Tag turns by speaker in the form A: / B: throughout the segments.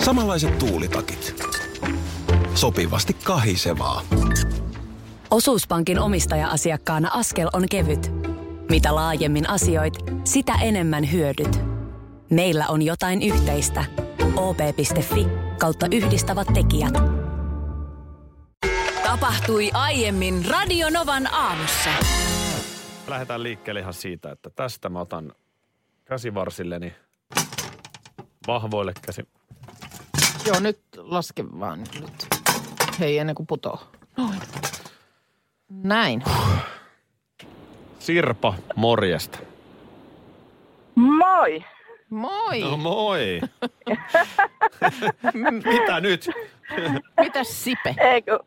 A: Samanlaiset tuulitakit. Sopivasti kahisevaa.
B: Osuuspankin omistaja-asiakkaana askel on kevyt. Mitä laajemmin asioit, sitä enemmän hyödyt. Meillä on jotain yhteistä. op.fi kautta yhdistävät tekijät. Tapahtui aiemmin Radionovan aamussa.
C: Lähdetään liikkeelle ihan siitä, että tästä mä otan käsivarsilleni vahvoille käsi.
D: Joo, nyt laske vaan nyt. Hei, ennen kuin putoo. Noin. Näin.
C: Sirpa, morjesta.
E: Moi! Niin.
D: Moi!
C: No moi. Mitä nyt?
D: Mitäs Sipe?
E: Eikö...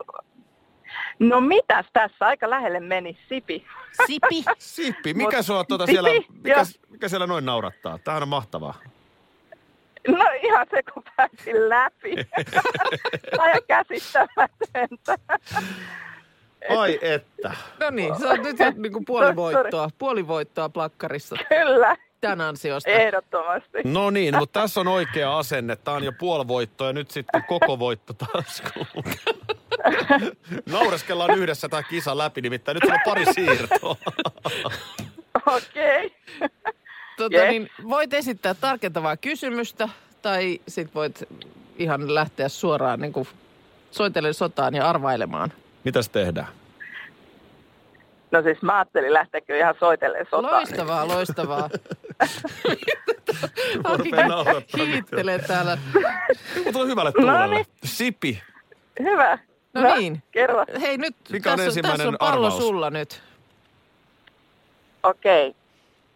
E: No mitäs tässä? Aika lähelle meni Sipi.
D: Sipi?
C: Sippi, mikä
E: Mut-
C: sua tuota
E: Sippi,
C: siellä, mikä,
E: joo.
C: mikä siellä noin naurattaa? Tämähän on mahtavaa.
E: No ihan se, kun pääsin läpi. Aja käsittämätöntä.
C: Ai että.
D: No niin, se on nyt jo niinku puoli voittoa. Puoli voittoa plakkarissa
E: Kyllä,
D: tämän ansiosta.
E: Eh, ehdottomasti.
C: No niin, mutta tässä on oikea asenne. Tämä on jo puolivoitto ja nyt sitten koko voitto taskuun. Naureskellaan yhdessä tämä kisa läpi, nimittäin nyt sulla on pari siirtoa.
E: Okei.
D: Tota,
E: Jee.
D: niin, voit esittää tarkentavaa kysymystä tai sit voit ihan lähteä suoraan niin kuin soitellen sotaan ja arvailemaan.
C: Mitäs tehdään?
E: No siis mä ajattelin lähteekö ihan soitelleen sotaan.
D: Loistavaa, loistavaa.
C: Mua rupeaa naurattaa nyt jo.
D: Hiittelee täällä.
C: Mutta on hyvälle
E: No
C: tuulelle.
E: niin.
C: Sipi,
E: Hyvä.
D: No niin.
E: Kerro.
D: Hei nyt,
C: Mikä on
D: tässä, on tässä on
C: ensimmäinen
D: pallo
C: arvaus?
D: sulla nyt.
E: Okei.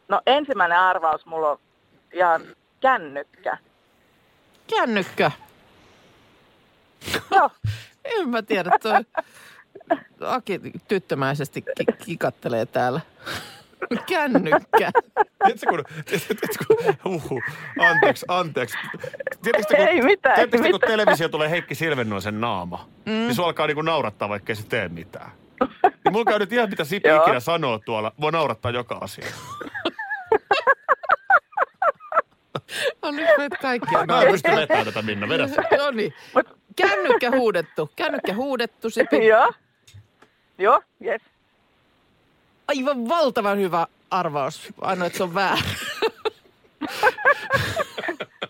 E: No ensimmäinen arvaus mulla on ihan kännykkä.
D: Kännykkä.
E: Joo.
D: En mä tiedä, toi Aki tyttömäisesti ki- kikattelee täällä. Kännykkä.
C: tiedätkö kun, tiedätkö kun, uhu, anteeksi, anteeksi. Tiedätkö, kun,
E: Ei mitään, ei
C: Tiedätkö, kun
E: mitään.
C: televisio tulee Heikki Silvennoisen naama, mm. niin sun alkaa niinku naurattaa, vaikka se tee mitään. Niin mulla käy nyt ihan mitä Sipi
E: Joo.
C: ikinä sanoo tuolla. Voi naurattaa joka asia.
D: On No nyt meidät kaikkia.
C: Mä en pysty vetämään tätä, Minna. Vedä se.
D: No niin. Kännykkä huudettu. Kännykkä huudettu. Sipi.
E: Joo. Joo, jes.
D: Aivan valtavan hyvä arvaus. Ainoa, että se on väärä.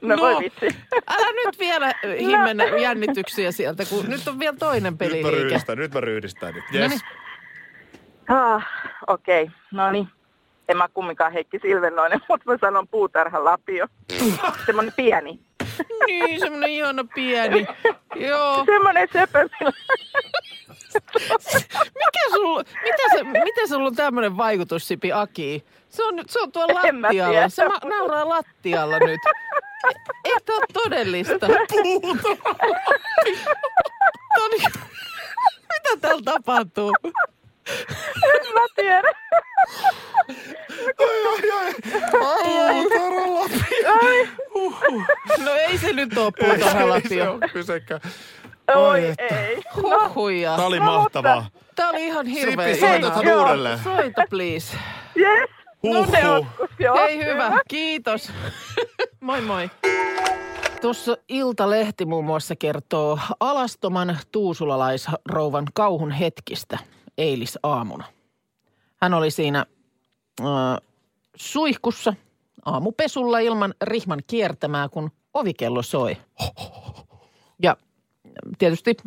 E: No,
D: No.
E: voi vitsi. No.
D: Älä nyt vielä himmennä jännityksiä sieltä, kun nyt on vielä toinen
C: Nyt mä
D: peliliike.
C: ryhdistän, nyt mä ryhdistän. Nyt.
D: No
C: Yes.
D: niin.
E: Ah, Okei, no niin. En mä kumminkaan Heikki Silvennoinen, mutta mä sanon puutarhan lapio. Semmoinen pieni.
D: Niin, semmonen ihana pieni. Joo.
E: Semmoinen söpö. millä-
D: Mikä sulla, mitä se, miten sulla on tämmöinen vaikutus, Sipi Aki? Se on, nyt- se on tuolla
E: En mä
D: lattialla.
E: tiedä.
D: Se ma- nauraa lattialla nyt. E- Et ole todellista. Toni, No niin. mitä täällä tapahtuu?
E: En mä tiedä.
C: Ai, ai, ai. Puutarhan lapio.
D: No ei se nyt ole puutarha
C: Ei se
D: lapio.
C: ole kysekään. Oi,
E: Oi No,
C: että.
E: ei.
D: Huhhuja.
C: Tää oli mahtavaa.
D: Tää oli ihan hirveä.
C: Sippi, soita
E: Hei,
C: tän
E: joo.
C: uudelleen.
D: Soita please.
E: Jes. No ne
C: Huhhuh.
E: oskus, joo.
D: Hei hyvä, kiitos. moi moi. Tuossa Iltalehti muun muassa kertoo alastoman tuusulalaisrouvan kauhun hetkistä eilisaamuna. Hän oli siinä ö, suihkussa aamupesulla ilman rihman kiertämää, kun ovikello soi. Ja tietysti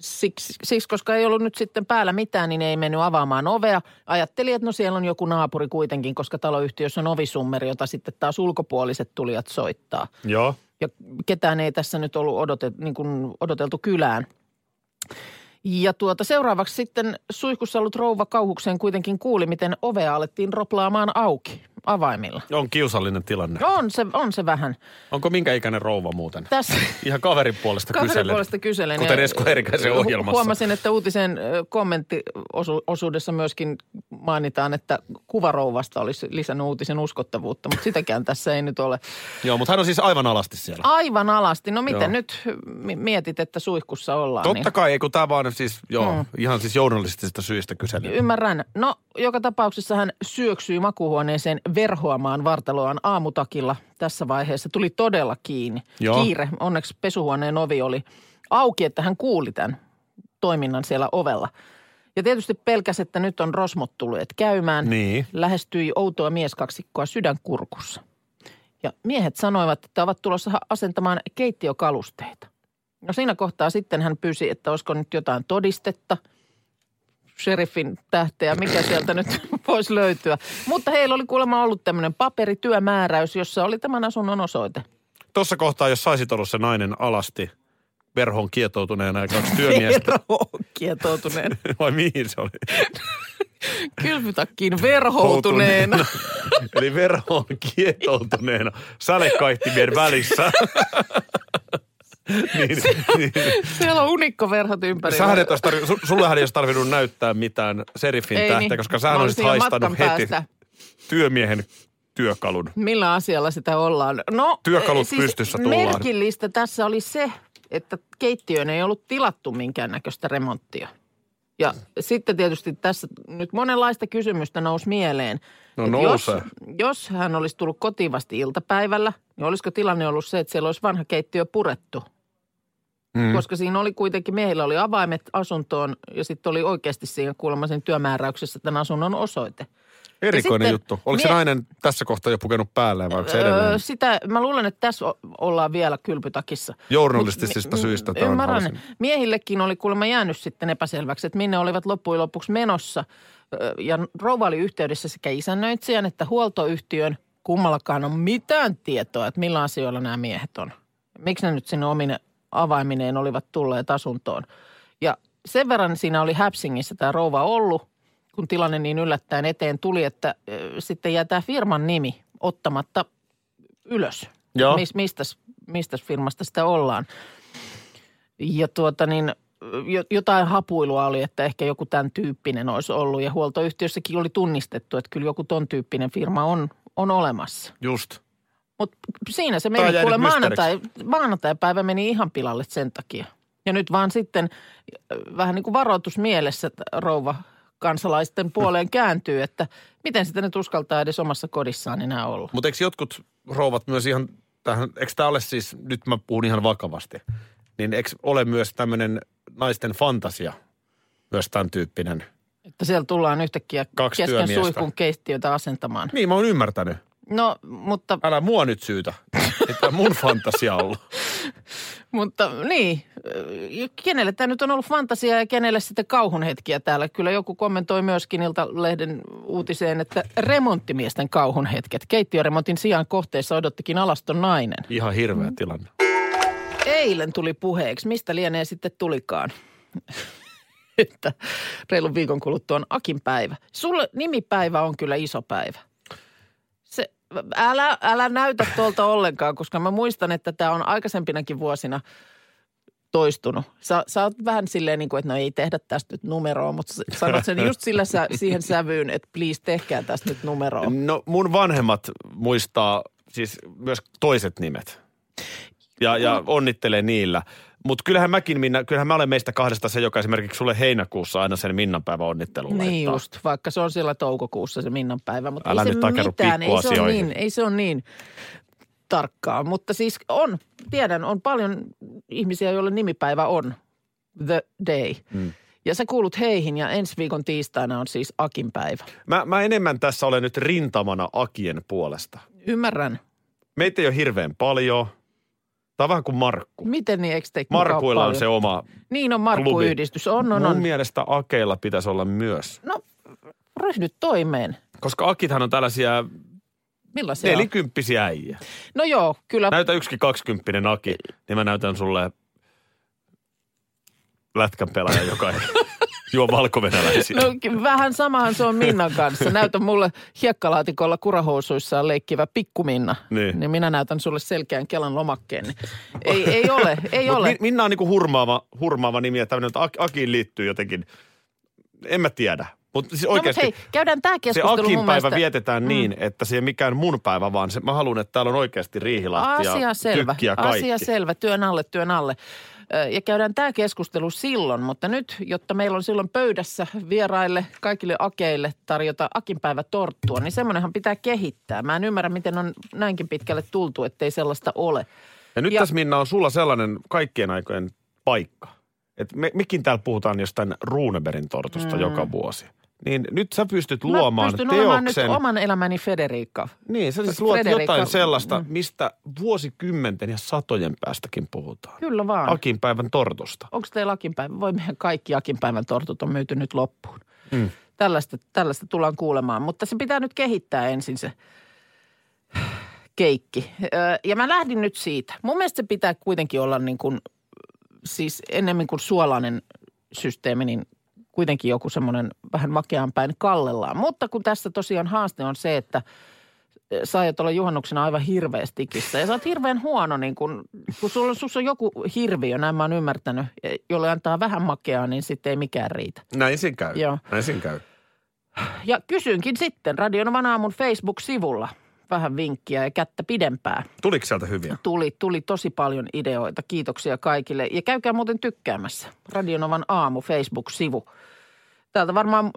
D: siksi, siksi, koska ei ollut nyt sitten päällä mitään, niin ei mennyt avaamaan ovea. Ajattelin, että no siellä on joku naapuri kuitenkin, koska taloyhtiössä on ovisummeri, jota sitten taas ulkopuoliset tulijat soittaa.
C: Joo.
D: Ja ketään ei tässä nyt ollut odotet, niin kuin odoteltu kylään. Ja tuota, seuraavaksi sitten suihkussa ollut rouva kauhukseen kuitenkin kuuli, miten ovea alettiin roplaamaan auki avaimilla.
C: On kiusallinen tilanne.
D: On se, on se vähän.
C: Onko minkä ikäinen rouva muuten?
D: Tässä,
C: Ihan kaverin puolesta
D: Kaverin
C: kyselen.
D: puolesta kyselen.
C: Kuten
D: ja-
C: Esko Eerikäisen
D: hu-
C: ohjelmassa.
D: Huomasin, että uutisen ö, kommenttiosuudessa myöskin mainitaan, että kuvarouvasta olisi lisännyt uutisen uskottavuutta, mutta sitäkään tässä ei nyt ole.
C: Joo, mutta hän on siis aivan alasti siellä.
D: Aivan alasti. No miten
C: Joo.
D: nyt mi- mietit, että suihkussa ollaan? Niin
C: Totta kai, ei kun tämä vaan siis, joo,
D: Mm.
C: ihan siis journalistisista syistä kyselin.
D: Ymmärrän. No, joka tapauksessa hän syöksyi makuuhuoneeseen verhoamaan vartaloaan aamutakilla tässä vaiheessa. Tuli todella kiinni.
C: Joo.
D: Kiire. Onneksi pesuhuoneen ovi oli auki, että hän kuuli tämän toiminnan siellä ovella. Ja tietysti pelkäs, että nyt on rosmot tulleet käymään.
C: Niin.
D: Lähestyi outoa mieskaksikkoa sydänkurkussa. Ja miehet sanoivat, että ovat tulossa asentamaan keittiökalusteita. No siinä kohtaa sitten hän pyysi, että olisiko nyt jotain todistetta – sheriffin tähteä, mikä sieltä nyt voisi löytyä. Mutta heillä oli kuulemma ollut tämmöinen paperityömääräys, jossa oli tämän asunnon osoite.
C: Tuossa kohtaa, jos saisit olla se nainen alasti verhon kietoutuneena ja kaksi työmiestä.
D: kietoutuneen,
C: Vai mihin se oli?
D: kylpytakkiin verhoutuneena.
C: Eli verhoon kietoutuneena sälekaihtimien välissä. niin, niin.
D: Siellä on unikkoverhot ympärillä.
C: Sähän et olisi tarvi, su- sullehän ei olisi tarvinnut näyttää mitään serifin
D: Ei
C: tähteä,
D: niin.
C: koska sähän
D: Mä
C: olisit
D: olin siinä
C: haistanut
D: matkan
C: heti
D: päästä.
C: työmiehen työkalun.
D: Millä asialla sitä ollaan? No,
C: Työkalut
D: eh,
C: pystyssä tullaan.
D: Merkillistä tässä oli se, että keittiöön ei ollut tilattu minkäännäköistä remonttia. Ja sitten tietysti tässä nyt monenlaista kysymystä nousi mieleen.
C: No
D: Että
C: nousee.
D: Jos, jos hän olisi tullut kotiin vasta iltapäivällä, niin olisiko tilanne ollut se, että siellä olisi vanha keittiö purettu? Mm. Koska siinä oli kuitenkin, miehillä oli avaimet asuntoon ja sitten oli oikeasti siinä kuulemma sen työmääräyksessä tämän asunnon osoite.
C: Erikoinen
D: sitten
C: juttu. Oliko se
D: mie-
C: nainen tässä kohtaa jo pukenut päälle vai onko se edelleen?
D: Öö, sitä, mä luulen, että tässä o- ollaan vielä kylpytakissa.
C: Journalistisista
D: Mut mi- mi-
C: syistä tämän
D: ymmärrän.
C: halusin.
D: Miehillekin oli kuulemma jäänyt sitten epäselväksi, että minne olivat loppujen lopuksi menossa. Öö, Ja rouva oli yhteydessä sekä isännöitsijän että huoltoyhtiön. Kummallakaan on mitään tietoa, että millä asioilla nämä miehet on. Miksi ne nyt sinne omine avaimineen olivat tulleet asuntoon. Ja sen verran siinä oli Häpsingissä tämä rouva ollut, kun tilanne niin yllättäen eteen tuli, että ö, sitten jää tämä firman nimi ottamatta ylös.
C: Joo.
D: Mis, mistäs, mistäs firmasta sitä ollaan. Ja tuota niin, jo- jotain hapuilua oli, että ehkä joku tämän tyyppinen olisi ollut. Ja huoltoyhtiössäkin oli tunnistettu, että kyllä joku ton tyyppinen firma on, on olemassa.
C: Just.
D: Mutta siinä se
C: Tää on
D: meni,
C: jäänyt
D: kuule
C: mysteeriksi.
D: maanantai, maanantai-päivä meni ihan pilalle sen takia. Ja nyt vaan sitten äh, vähän niin kuin varoitus mielessä että rouva kansalaisten puoleen kääntyy, että miten sitä nyt uskaltaa edes omassa kodissaan enää olla.
C: Mutta eikö jotkut rouvat myös ihan, tähän, eikö tämä ole siis, nyt mä puhun ihan vakavasti, niin eikö ole myös tämmöinen naisten fantasia, myös tämän tyyppinen?
D: Että siellä tullaan yhtäkkiä
C: Kaksi
D: kesken
C: työmiestä.
D: suihkun keittiötä asentamaan.
C: Niin, mä oon ymmärtänyt.
D: No, mutta,
C: Älä mua nyt syytä, että mun fantasia on ollut.
D: mutta niin, Ö, kenelle tämä nyt on ollut fantasia ja kenelle sitten kauhun hetkiä täällä. Kyllä joku kommentoi myöskin Iltalehden uutiseen, että remonttimiesten kauhun hetket. Keittiöremontin sijaan kohteessa odottikin alaston nainen.
C: Ihan hirveä tilanne.
D: Eilen tuli puheeksi, mistä lienee sitten tulikaan, että reilun viikon kuluttua on Akin päivä. Sulle nimipäivä on kyllä iso päivä. Se, älä, älä näytä tuolta ollenkaan, koska mä muistan, että tämä on aikaisempinakin vuosina toistunut. Sä, sä oot vähän silleen niin kuin, että no ei tehdä tästä nyt numeroa, mutta sä sanot sen just sillä sä, siihen sävyyn, että please tehkää tästä nyt numeroa.
C: No mun vanhemmat muistaa siis myös toiset nimet ja, ja onnittelee niillä. Mutta kyllähän mäkin, Minna, kyllähän mä olen meistä kahdesta se, joka esimerkiksi sulle heinäkuussa aina sen Minnan päivä onnittelun
D: Niin
C: laittaa.
D: just, vaikka se on siellä toukokuussa se Minnan päivä, mutta
C: Älä
D: ei se
C: nyt takerru
D: mitään, ei se, ole
C: pikkuasioihin.
D: niin, ei se ole niin tarkkaa. Mutta siis on, tiedän, on paljon ihmisiä, joille nimipäivä on the day. Mm. Ja sä kuulut heihin ja ensi viikon tiistaina on siis Akin päivä.
C: Mä, mä enemmän tässä olen nyt rintamana Akien puolesta.
D: Ymmärrän.
C: Meitä ei ole hirveän paljon. Tämä on vähän kuin Markku.
D: Miten niin, eikö teitä
C: Markuilla on
D: mukaan
C: se
D: paljon? No,
C: oma.
D: Niin on
C: klubi.
D: Markku-yhdistys, on, on,
C: Mun
D: on.
C: mielestä Akeilla pitäisi olla myös.
D: No, ryhdy toimeen.
C: Koska Akithan on tällaisia
D: Millaisia on?
C: nelikymppisiä äijä.
D: No joo, kyllä
C: Näytä yksikin kaksikymppinen Aki, niin mä näytän sulle lätkän pelaaja, joka ei juo valkovenäläisiä.
D: No ki- vähän samahan se on Minnan kanssa. Näytä mulle hiekkalaatikolla kurahousuissaan leikkivä pikkuminna.
C: Niin.
D: niin minä näytän sulle selkeän Kelan lomakkeen. Ei, ei ole, ei
C: Mut
D: ole.
C: Mi- Minna on niinku hurmaava, hurmaava nimi ja tämmöinen, että Ak- Akiin liittyy jotenkin. En mä tiedä. Mutta siis
D: No mutta
C: oikeasti,
D: hei, käydään tämä
C: se
D: keskustelu
C: Akin
D: mun
C: päivä
D: mielestä. Mm.
C: vietetään niin, että se ei mikään mun päivä, vaan se, mä haluan, että täällä on oikeasti riihilahti
D: Asia
C: ja
D: selvä,
C: tykkiä kaikki.
D: asia selvä, työn alle, työn alle. Ö, Ja käydään tämä keskustelu silloin, mutta nyt, jotta meillä on silloin pöydässä vieraille, kaikille akeille tarjota akinpäivä torttua, niin semmoinenhan pitää kehittää. Mä en ymmärrä, miten on näinkin pitkälle tultu, ettei sellaista ole.
C: Ja nyt
D: Ja-
C: tässä Minna on sulla sellainen kaikkien aikojen paikka. Et me, mekin täällä puhutaan jostain Runeberin tortusta mm. joka vuosi. Niin nyt sä pystyt luomaan
D: Mä pystyn olemaan nyt
C: teoksen.
D: oman elämäni Federiikka.
C: Niin, sä siis luot
D: Frederikka-
C: jotain sellaista,
D: Mm.
C: mistä vuosikymmenten ja satojen päästäkin puhutaan.
D: Kyllä vaan.
C: Akin päivän tortusta.
D: Onko teillä akinpäivä? Voi meidän kaikki akinpäivän tortut on myyty nyt loppuun. Mm. Tällaista, tällaista tullaan kuulemaan, mutta se pitää nyt kehittää ensin se keikki. Ö, Ja mä lähdin nyt siitä. Mun mielestä se pitää kuitenkin olla niin kuin, siis enemmän kuin suolainen systeemi, niin kuitenkin joku semmoinen vähän makeaan päin kallellaan. Mutta kun tässä tosiaan haaste on se, että sä aiot olla juhannuksena aivan hirveästi tikissä. Ja sä oot hirveän huono, niin kun, kun sulla, on- sussa on joku hirviö, näin mä oon ymmärtänyt, e, jolle antaa vähän makeaa, niin sitten ei mikään riitä.
C: Näin sen käy.
D: Joo.
C: Näin sen käy.
D: Ja kysynkin sitten Radionovan aamun Facebook-sivulla vähän vinkkiä ja kättä pidempää.
C: Tuliko sieltä hyviä?
D: Tuli, tuli tosi paljon ideoita. Kiitoksia kaikille. Ja käykää muuten tykkäämässä. Radionovan aamu Facebook-sivu. Täältä varmaan mm,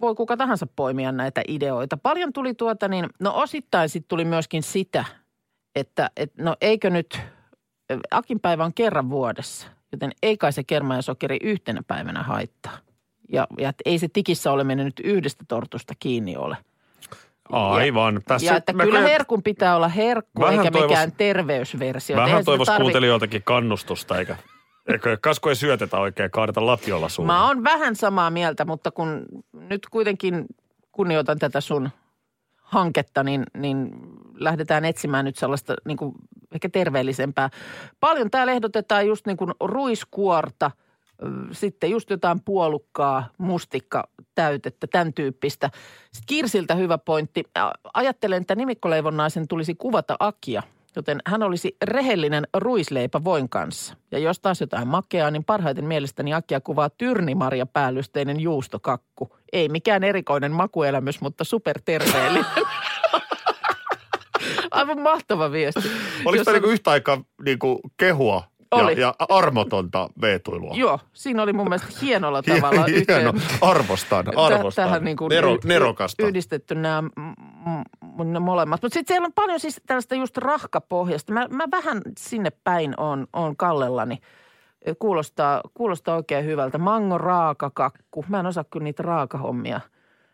D: voi kuka tahansa poimia näitä ideoita. Paljon tuli tuota niin, no osittain sitten tuli myöskin sitä, että et, no eikö nyt, Akin päivä on kerran vuodessa, joten ei kai se kerma ja sokeri yhtenä päivänä haittaa. Ja, ja et ei se tikissä ole mennyt yhdestä tortusta kiinni ole.
C: Aivan. Tässä
D: Ja että
C: mä
D: kyllä
C: kyllä-
D: herkun pitää olla herkku,
C: Vähän
D: eikä
C: toivos-
D: mikään terveysversio. Eihän
C: Vähän
D: sitä
C: toivois
D: tarvi-
C: kuuntelijoiltakin kannustusta, eikä, eikä kasko ei syötetä oikein, kaadeta lapiolla suuhun.
D: Mä oon vähän samaa mieltä, mutta kun nyt kuitenkin kunnioitan tätä sun hanketta, niin, niin lähdetään etsimään nyt sellaista niin kuin ehkä terveellisempää. Paljon täällä ehdotetaan just niin kuin ruiskuorta, ö, sitten just jotain puolukkaa, mustikka, täytettä, tämän tyyppistä. Sitten Kirsiltä hyvä pointti. Ä, Ajattelen, että nimikkoleivonnaisen tulisi kuvata Akia, joten hän olisi rehellinen ruisleipä voin kanssa. Ja jos taas jotain makeaa, niin parhaiten mielestäni Akia kuvaa tyrnimarja päällysteinen juustokakku. Ei mikään erikoinen makuelämys, mutta superterveellinen. Aivan mahtava viesti.
F: Oliko
D: Jos
F: tämä
D: on-
F: niinku yhtä aikaa niinku kehua
D: Oli.
F: ja, ja armotonta veetuilua?
D: Joo, siinä oli mun mielestä hienolla
F: Hie-
D: tavalla
F: Hieno.
D: yhteen-
F: Arvostan,
D: tä-
F: arvostan.
D: Tähän niin kuin
F: Nero,
D: y- y-
F: nerokasta.
D: yhdistetty nämä molemmat. Mutta sitten siellä on paljon siis tällaista just rahkapohjasta. Mä, mä vähän sinne päin on, on kallellani. Kuulostaa, kuulostaa oikein hyvältä. Mango raakakakku. Mä en osaa kyllä niitä raakahommia.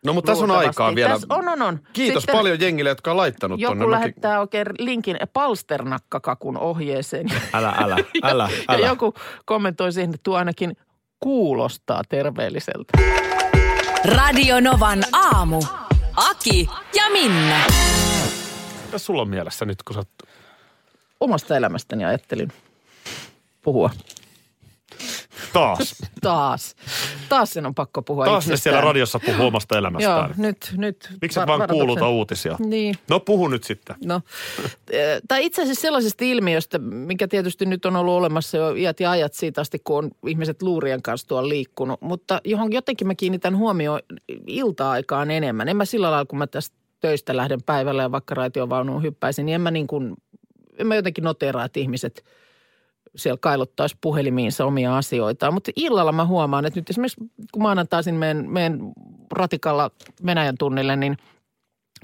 C: No mutta tässä on
D: luultavasti.
C: aikaa vielä.
D: Tässä on, on, on.
C: Kiitos
D: Sitten-
C: paljon jengille, jotka on laittanut
D: Joku
C: tonne. No, Mäkin-
D: lähettää oikein linkin palsternakkakakun ohjeeseen.
C: Älä, älä, älä,
D: Ja
C: älä.
D: joku kommentoi siihen, että tuo ainakin kuulostaa terveelliseltä.
B: Radio Novan aamu. Aki ja Minna.
C: Mitä sulla on mielessä nyt, kun sä oot...
D: Omasta elämästäni ajattelin puhua.
C: Taas.
D: Taas. Taas sen on pakko puhua
C: Taas ne
D: itsestään.
C: siellä radiossa puhuu omasta
D: Joo,
C: elämästään.
D: nyt, nyt.
C: Miksi et
D: var-
C: vaan
D: varoituksen-
C: kuuluta uutisia?
D: Niin.
C: No puhu nyt sitten.
D: No, eh, tai itse asiassa sellaisesta ilmiöstä, mikä tietysti nyt on ollut olemassa jo iät ja ajat siitä asti, kun on ihmiset luurien kanssa tuolla liikkunut, mutta johon jotenkin mä kiinnitän huomioon ilta-aikaan enemmän. En mä sillä lailla, kun mä tästä töistä lähden päivällä ja vaikka raitiovaunuun hyppäisin, niin en mä niin kuin, en mä jotenkin noteraa, että ihmiset siellä kailottaisi puhelimiinsa omia asioitaan. Mutta illalla mä huomaan, että nyt esimerkiksi kun maanantaisin meen, meen ratikalla Venäjän tunnille, niin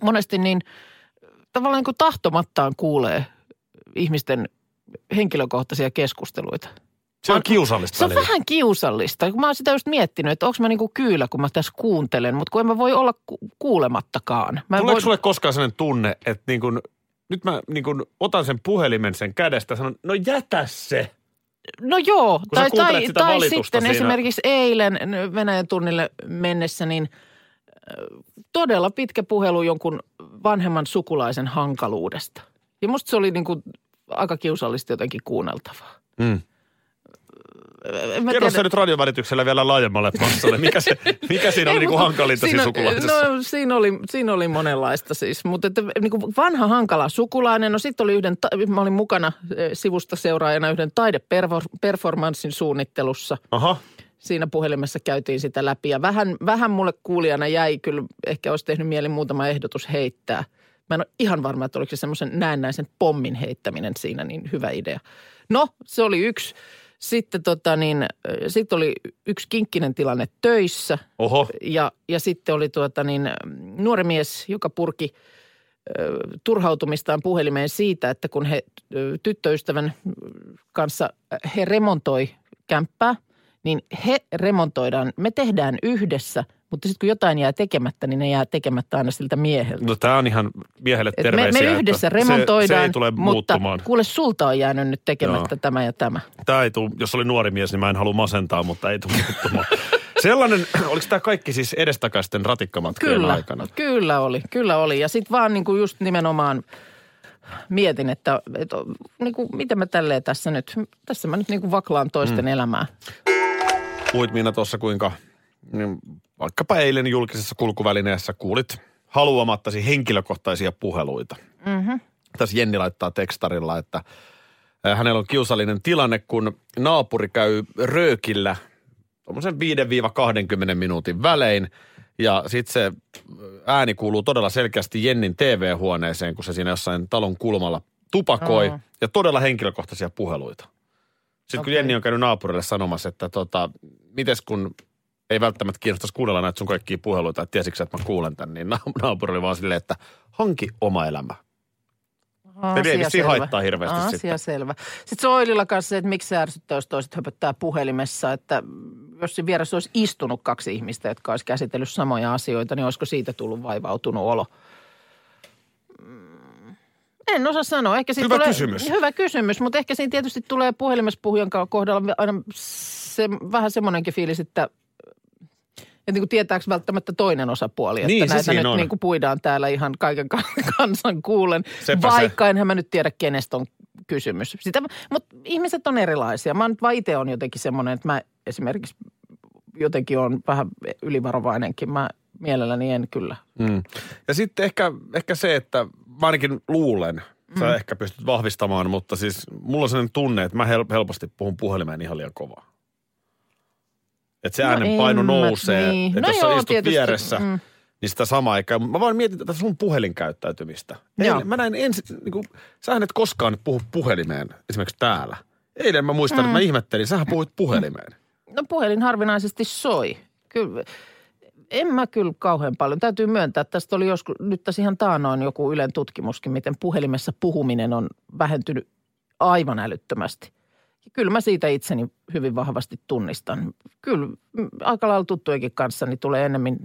D: monesti niin – tavallaan niin kuin tahtomattaan kuulee ihmisten henkilökohtaisia keskusteluita.
C: Se on kiusallista
D: Se on
C: välillä.
D: vähän kiusallista. Kun mä oon sitä just miettinyt, että onko mä niinku kyylä, kun mä tässä kuuntelen, mutta kun en mä voi olla ku- kuulemattakaan. Mä en
C: Tuleeko
D: voi...
C: sulle koskaan sellainen tunne, että niin kun, nyt mä niin kun otan sen puhelimen sen kädestä ja sanon, no jätä se.
D: No joo,
C: sä kuuntelet sitä
D: tai
C: valitusta
D: sitten
C: siinä.
D: esimerkiksi eilen Venäjän tunnille mennessä, niin äh, todella pitkä puhelu jonkun vanhemman sukulaisen hankaluudesta. Ja musta se oli niin kuin aika kiusallista jotenkin kuunneltavaa. Äh,
C: Mm.
D: En mä
C: Kerro
D: tiedä-
C: se nyt radiovälityksellä vielä laajemmalle massalle. Mikä, se, mikä siinä on
D: Ei,
C: niinku
D: mutta
C: hankalinta siinä sukulaisessa?
D: No siinä oli, siinä oli monenlaista siis, mutta että, niin kuin vanha hankala sukulainen. No sitten oli yhden, ta- mä olin mukana eh, sivusta seuraajana yhden taideperformanssin suunnittelussa.
C: Aha.
D: Siinä puhelimessa käytiin sitä läpi ja vähän, vähän mulle kuulijana jäi kyllä, ehkä olisi tehnyt mieli muutama ehdotus heittää. Mä en ole ihan varma, että oliko se semmoisen näennäisen pommin heittäminen siinä niin hyvä idea. No, se oli yksi. Sitten tota niin, sit oli yksi kinkkinen tilanne töissä
C: Oho,
D: ja, ja sitten oli tuota niin, nuori mies, joka purki ö, turhautumistaan puhelimeen siitä, että kun he ö, tyttöystävän kanssa ö, he remontoi kämppää, niin he remontoidaan, me tehdään yhdessä, mutta sitten kun jotain jää tekemättä, niin ne jää tekemättä aina siltä mieheltä.
C: no tää on ihan miehelle
D: Et me,
C: terveisiä.
D: me
C: että
D: yhdessä remontoidaan,
C: Se, se ei tule
D: mutta
C: muuttumaan.
D: kuule sulta on jäänyt nyt tekemättä
C: Joo.
D: tämä ja tämä.
C: Tää ei tuu, jos oli nuori mies, niin mä en halua masentaa, mutta ei tule muuttumaan. Sellainen, oliko tämä kaikki siis edestakaisten ratikkamatkojen
D: Kyllä,
C: aikana?
D: kyllä oli, kyllä oli. Ja sitten vaan niinku just nimenomaan mietin, että et, niinku, miten mä tälleen tässä nyt, tässä mä nyt niinku vaklaan toisten mm. elämää.
C: Puhuit Minna tuossa kuinka mm, vaikkapa eilen julkisessa kulkuvälineessä kuulit haluamattasi henkilökohtaisia puheluita. Mm-hmm. Tässä Jenni laittaa tekstarilla, että äh, hänellä on kiusallinen tilanne, kun naapuri käy röökillä tuommoisen 5-20 minuutin välein. Ja sitten se äh, ääni kuuluu todella selkeästi Jennin TV-huoneeseen, kun se siinä jossain talon kulmalla tupakoi.
D: Aa.
C: Ja todella henkilökohtaisia puheluita. Sitten kun
D: Okei.
C: Jenni on käynyt naapurille sanomassa, että tota, mites kun ei välttämättä kiinnostaisi kuunnella näitä sun kaikkia puheluita, että tiesitkö sä, että mä kuulen tän, niin na- naapuri oli vaan silleen, että hanki oma elämä.
D: Asia
C: ei vissiin
D: selvä.
C: haittaa hirveästi
D: Asia
C: sitten. selvä.
D: selvä. Sitten se on Oililla kanssa se, että miksi se ärsyttää, jos toiset höpöttää puhelimessa, että jos siinä vieressä olisi istunut kaksi ihmistä, jotka olisi käsitellyt samoja asioita, niin olisiko siitä tullut vaivautunut olo? Mm, En osaa sanoa. Ehkä siitä
C: Hyvä
D: tulee,
C: kysymys.
D: Hyvä kysymys, mutta ehkä siinä tietysti tulee puhelimessa puhujan ka- kohdalla aina se, vähän semmoinenkin fiilis, että että niin kuin tietääkö välttämättä toinen osapuoli, että
C: Niin, se
D: näitä
C: siinä
D: nyt
C: on.
D: niin kuin puidaan täällä ihan kaiken ka- kansan kuulen,
C: Sepä se.
D: vaikka enhän mä nyt tiedä, kenestä on kysymys. Sitä, mutta ihmiset on erilaisia. Mä nyt vaan itse on jotenkin semmoinen, että mä esimerkiksi jotenkin on vähän ylivarovainenkin. Mä mielelläni en kyllä.
C: Mm. Ja sitten ehkä, ehkä se, että mä ainakin luulen, sä mm. ehkä pystyt vahvistamaan, mutta siis mulla on sellainen tunne, että mä hel- helposti puhun puhelimeen ihan liian kovaa. Että se
D: No
C: äänen paino
D: en mä-
C: nousee,
D: niin.
C: että
D: No
C: jos sä
D: joo,
C: istut
D: tietysti,
C: vieressä,
D: mm.
C: niin sitä samaa ei käy. Mä vaan mietin tätä sun puhelinkäyttäytymistä.
D: Joo.
C: Eilen, mä näin ensin, niin kuin, sähän et koskaan puhu puhelimeen, esimerkiksi täällä. Eilen mä muistan, mm. että mä ihmettelin, sähän puhuit puhelimeen.
D: No puhelin harvinaisesti soi. Kyllä, en mä kyllä kauhean paljon. Täytyy myöntää, että tästä oli joskus, nyt tässä ihan taanoin joku Ylen tutkimuskin, miten puhelimessa puhuminen on vähentynyt aivan älyttömästi. Ja kyllä mä siitä itseni hyvin vahvasti tunnistan. Kyllä mm, aika lailla tuttujenkin kanssa niin tulee enemmän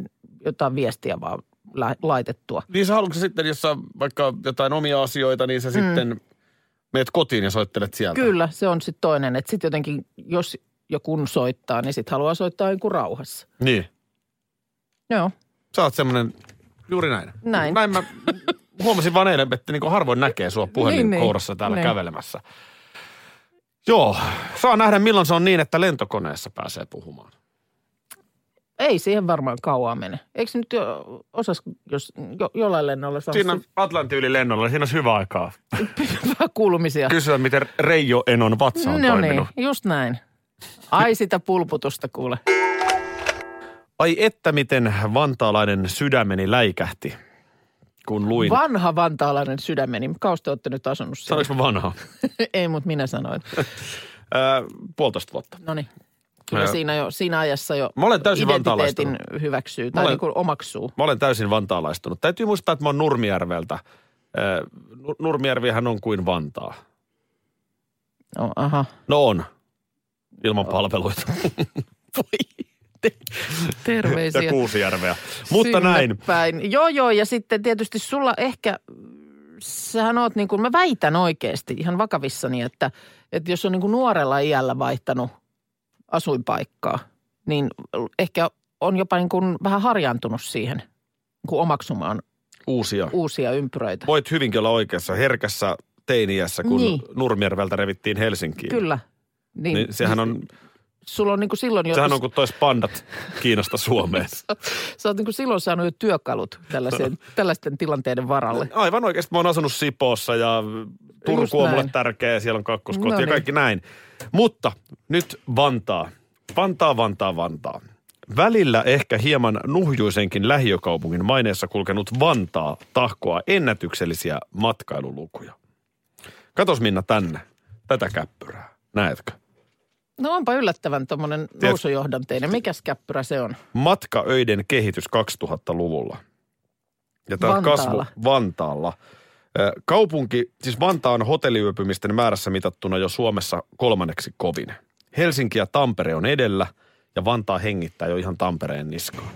D: jotain viestiä vaan lä- laitettua.
C: Niin sä haluatko sä sitten, jos sä vaikka jotain omia asioita, niin sä mm. sitten meet kotiin ja soittelet sieltä.
D: Kyllä, se on sitten toinen. Että sitten jotenkin, jos ja kun soittaa, niin sitten haluaa soittaa jonkun rauhassa.
C: Niin.
D: Joo.
C: Sä oot semmoinen, juuri näin.
D: Näin.
C: Näin mä huomasin vaan eilen, että niin harvoin näkee sua puhelinkourassa
D: Niin, niin.
C: täällä
D: Niin.
C: kävelemässä. Joo, saa nähdä milloin se on niin, että lentokoneessa pääsee puhumaan.
D: Ei siihen varmaan kauaa mene. Eikö se nyt jo, osas, jos jo, jollain lennolla saa
C: Siinä
D: Siinä...
C: Atlantin yli lennolla, niin siinä olisi hyvä aikaa
D: kuulumisia?
C: kysyä, miten Reijo Enon vatsa on
D: no niin,
C: toiminut.
D: just näin. Ai sitä pulputusta kuule.
C: Ai että miten vantaalainen sydämeni läikähti, kun luin. Va-
D: Vanha vantaalainen sydämeni. Kauas te olette nyt asunut siellä.
C: Sanoinko mä vanhaa?
D: Ei, mutta minä sanoin.
C: Ää, puolitoista vuotta.
D: No niin. Kyllä
C: Ää.
D: siinä, jo, siinä ajassa jo
C: Mä olen täysin
D: identiteetin
C: vantaalaistunut.
D: hyväksyy
C: Mä
D: tai
C: olen-
D: niin kuin omaksuu.
C: Mä olen täysin vantaalaistunut. Täytyy muistaa, että mä oon Nurmijärveltä. Ö, Nu- Nurmijärvihän on kuin Vantaa.
D: No, aha.
C: No on. Ilman palveluita.
D: Voi. Terveisiä.
C: ja Kuusijärveä. Mutta
D: Sinne
C: näin.
D: Päin. Joo, joo, ja sitten tietysti sulla ehkä, sähän oot niin kuin, mä väitän oikeasti ihan vakavissani, että, että jos on niin kuin nuorella iällä vaihtanut asuinpaikkaa, niin ehkä on jopa niin kuin vähän harjaantunut siihen, kun omaksumaan
C: Uusia.
D: uusia ympyröitä.
C: Voit hyvinkin olla oikeassa herkässä teiniässä, kun niin.
D: Niin.
C: Nurmijärveltä revittiin Helsinkiin.
D: Kyllä. Niin,
C: Niin sehän on,
D: Sulla on niin kuin silloin jo,
C: sehän on kuin tois pandat Kiinasta Suomeen.
D: sä oot niin kuin silloin saanut jo työkalut tällaiseen, tällaisten tilanteiden varalle.
C: Niin, Aivan oikeasti. Mä oon asunut Sipoossa ja
D: Just
C: Turku on mulle
D: näin.
C: tärkeä ja siellä on kakkoskoti
D: No
C: ja
D: niin.
C: kaikki näin. Mutta nyt Vantaa. Vantaa, Vantaa, Vantaa. Välillä ehkä hieman nuhjuisenkin lähiökaupungin maineessa kulkenut Vantaa tahkoa ennätyksellisiä matkailulukuja. Katos Minna tänne, tätä käppyrää. Näetkö?
D: No onpa yllättävän tuommoinen nousujohdanteinen. Mikäs käppyrä se on?
C: Matkaöiden kehitys 2000-luvulla. Ja tämä on kasvu
D: Vantaalla.
C: Vantaalla. Ö, Kaupunki, siis Vantaa on hotelliyöpymisten määrässä mitattuna jo Suomessa kolmanneksi kovin. Helsinki ja Tampere on edellä ja Vantaa hengittää jo ihan Tampereen niskaan.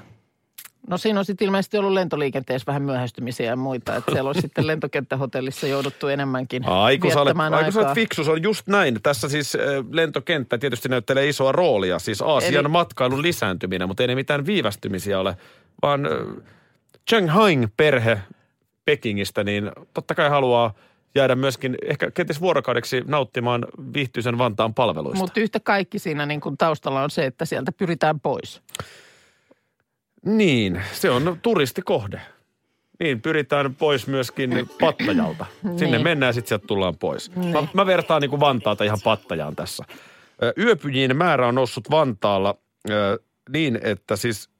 D: No siinä on sitten ilmeisesti ollut lentoliikenteessä vähän myöhästymisiä ja muita. Että siellä on sitten lentokenttähotellissa jouduttu enemmänkin
C: Ai kun sä olet,
D: Niin. viettämään
C: ai, kun sä
D: aikaa.
C: olet fiksu, se on just näin. Tässä siis ö, lentokenttä tietysti näyttelee isoa roolia, siis Aasian
D: Eli-
C: matkailun lisääntyminen, mutta ei ne mitään viivästymisiä ole, vaan ö, Changhain perhe Pekingistä, niin totta kai haluaa jäädä myöskin ehkä kenties vuorokaudeksi nauttimaan viihtyisen Vantaan palveluista.
D: Mutta yhtä kaikki siinä niin kun taustalla on se, että sieltä pyritään pois.
C: Niin, se on turistikohde. Niin, pyritään pois myöskin Pattajalta. Sinne
D: Niin.
C: mennään ja sitten sieltä tullaan pois. Mä, mä vertaan niin Vantaata ihan Pattajaan tässä. Ö, Yöpyjien määrä on noussut Vantaalla ö, niin, että siis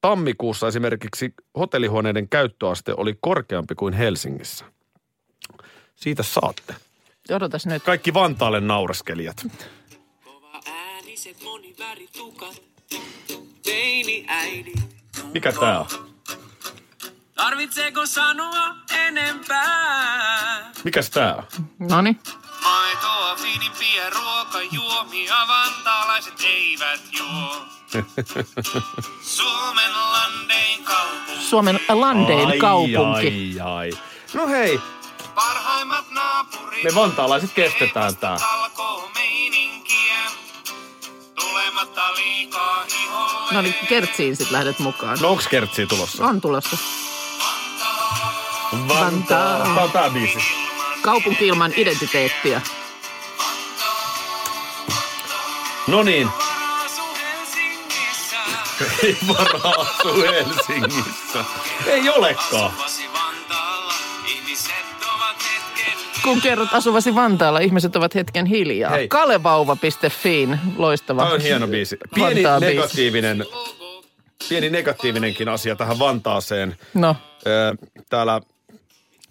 C: tammikuussa esimerkiksi hotellihuoneiden käyttöaste oli korkeampi kuin Helsingissä. Siitä saatte.
D: Odotas nyt.
C: Kaikki Vantaalle naureskelijat.
G: Ääniset moniväritukat, teini äidi.
C: Mikä tää on?
G: Tarvitseeko sanoa enempää?
C: Mikäs tää on?
D: No niin.
G: Maitoa fiinimpiä ruokajuomia vantaalaiset eivät juo. Suomen landein kaupunki,
D: Suomen Landein
C: Ai,
D: kaupunki.
C: Ai, ai. No hei,
G: parhaimmat naapurit.
C: me vantaalaiset kestetään tää.
G: Talkoo meininkiä, tulematta liikaa iholle.
D: No niin, kertsiin sitten lähdet mukaan.
C: No onks kertsiä tulossa?
D: On tulossa. Vantaa.
C: Tää on tää biisi.
D: Kaupunki ilman identiteettiä.
C: No niin.
G: Asu Helsingissä,
C: Ei varaa asu Helsingissä. Ei olekaan.
G: asuvasi Vantaalla, ihmiset ovat hetken
D: Kun kerrot asuvasi Vantaalla, ihmiset ovat hetken hiljaa.
C: Hei.
D: Hei. Kalevauva.fiin, loistava.
C: Tää on hieno biisi. Pieni
D: Vantaa biisi.
C: negatiivinen, pieni negatiivinenkin asia tähän Vantaaseen.
D: No,
C: Ö, Täällä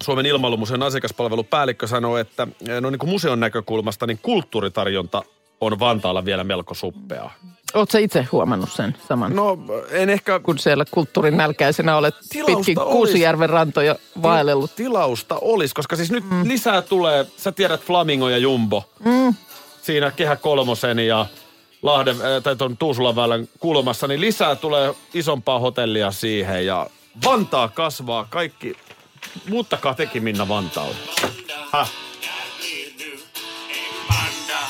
C: Suomen ilmailumuseon asiakaspalvelupäällikkö sanoo, että ö, no niin kuin museon näkökulmasta, niin kulttuuritarjonta on Vantaalla vielä melko suppeaa.
D: oot sä itse huomannut sen saman? No.
C: No en ehkä
D: Kun siellä kulttuurin nälkäisenä olet
C: Tilausta
D: pitkin
C: olisi.
D: Kuusijärven rantoja vaellellut.
C: Niin tilausta olisi, koska siis nyt mm. lisää tulee, sä tiedät Flamingo ja Jumbo. Mm. Siinä Kehä Kolmosen ja Lahden, äh, tai tuon Tuusulan väylän kulmassa, niin lisää tulee isompaa hotellia siihen ja Vantaa kasvaa kaikki. Muuttakaa tekin Minna Vantaalle. Häh?
G: Panda.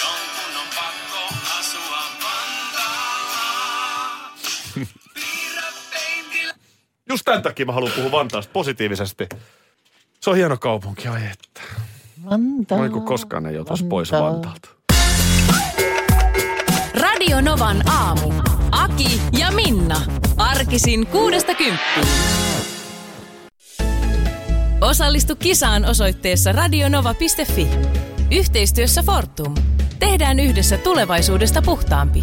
G: Jonkun on pakko asua Vantaalla. Piirrä peintillä
C: Just tämän takia mä haluan puhua Vantaasta positiivisesti. Se on hieno kaupunki, ai että.
D: Vantaa.
C: Noin niin kuin koskaan ei joutuisi pois Vantaalta.
B: Radio Novan aamu. Aki ja Minna. Arkisin kuudesta kymppiin. Osallistu kisaan osoitteessa radionova.fi. Yhteistyössä Fortum. Tehdään yhdessä tulevaisuudesta puhtaampi.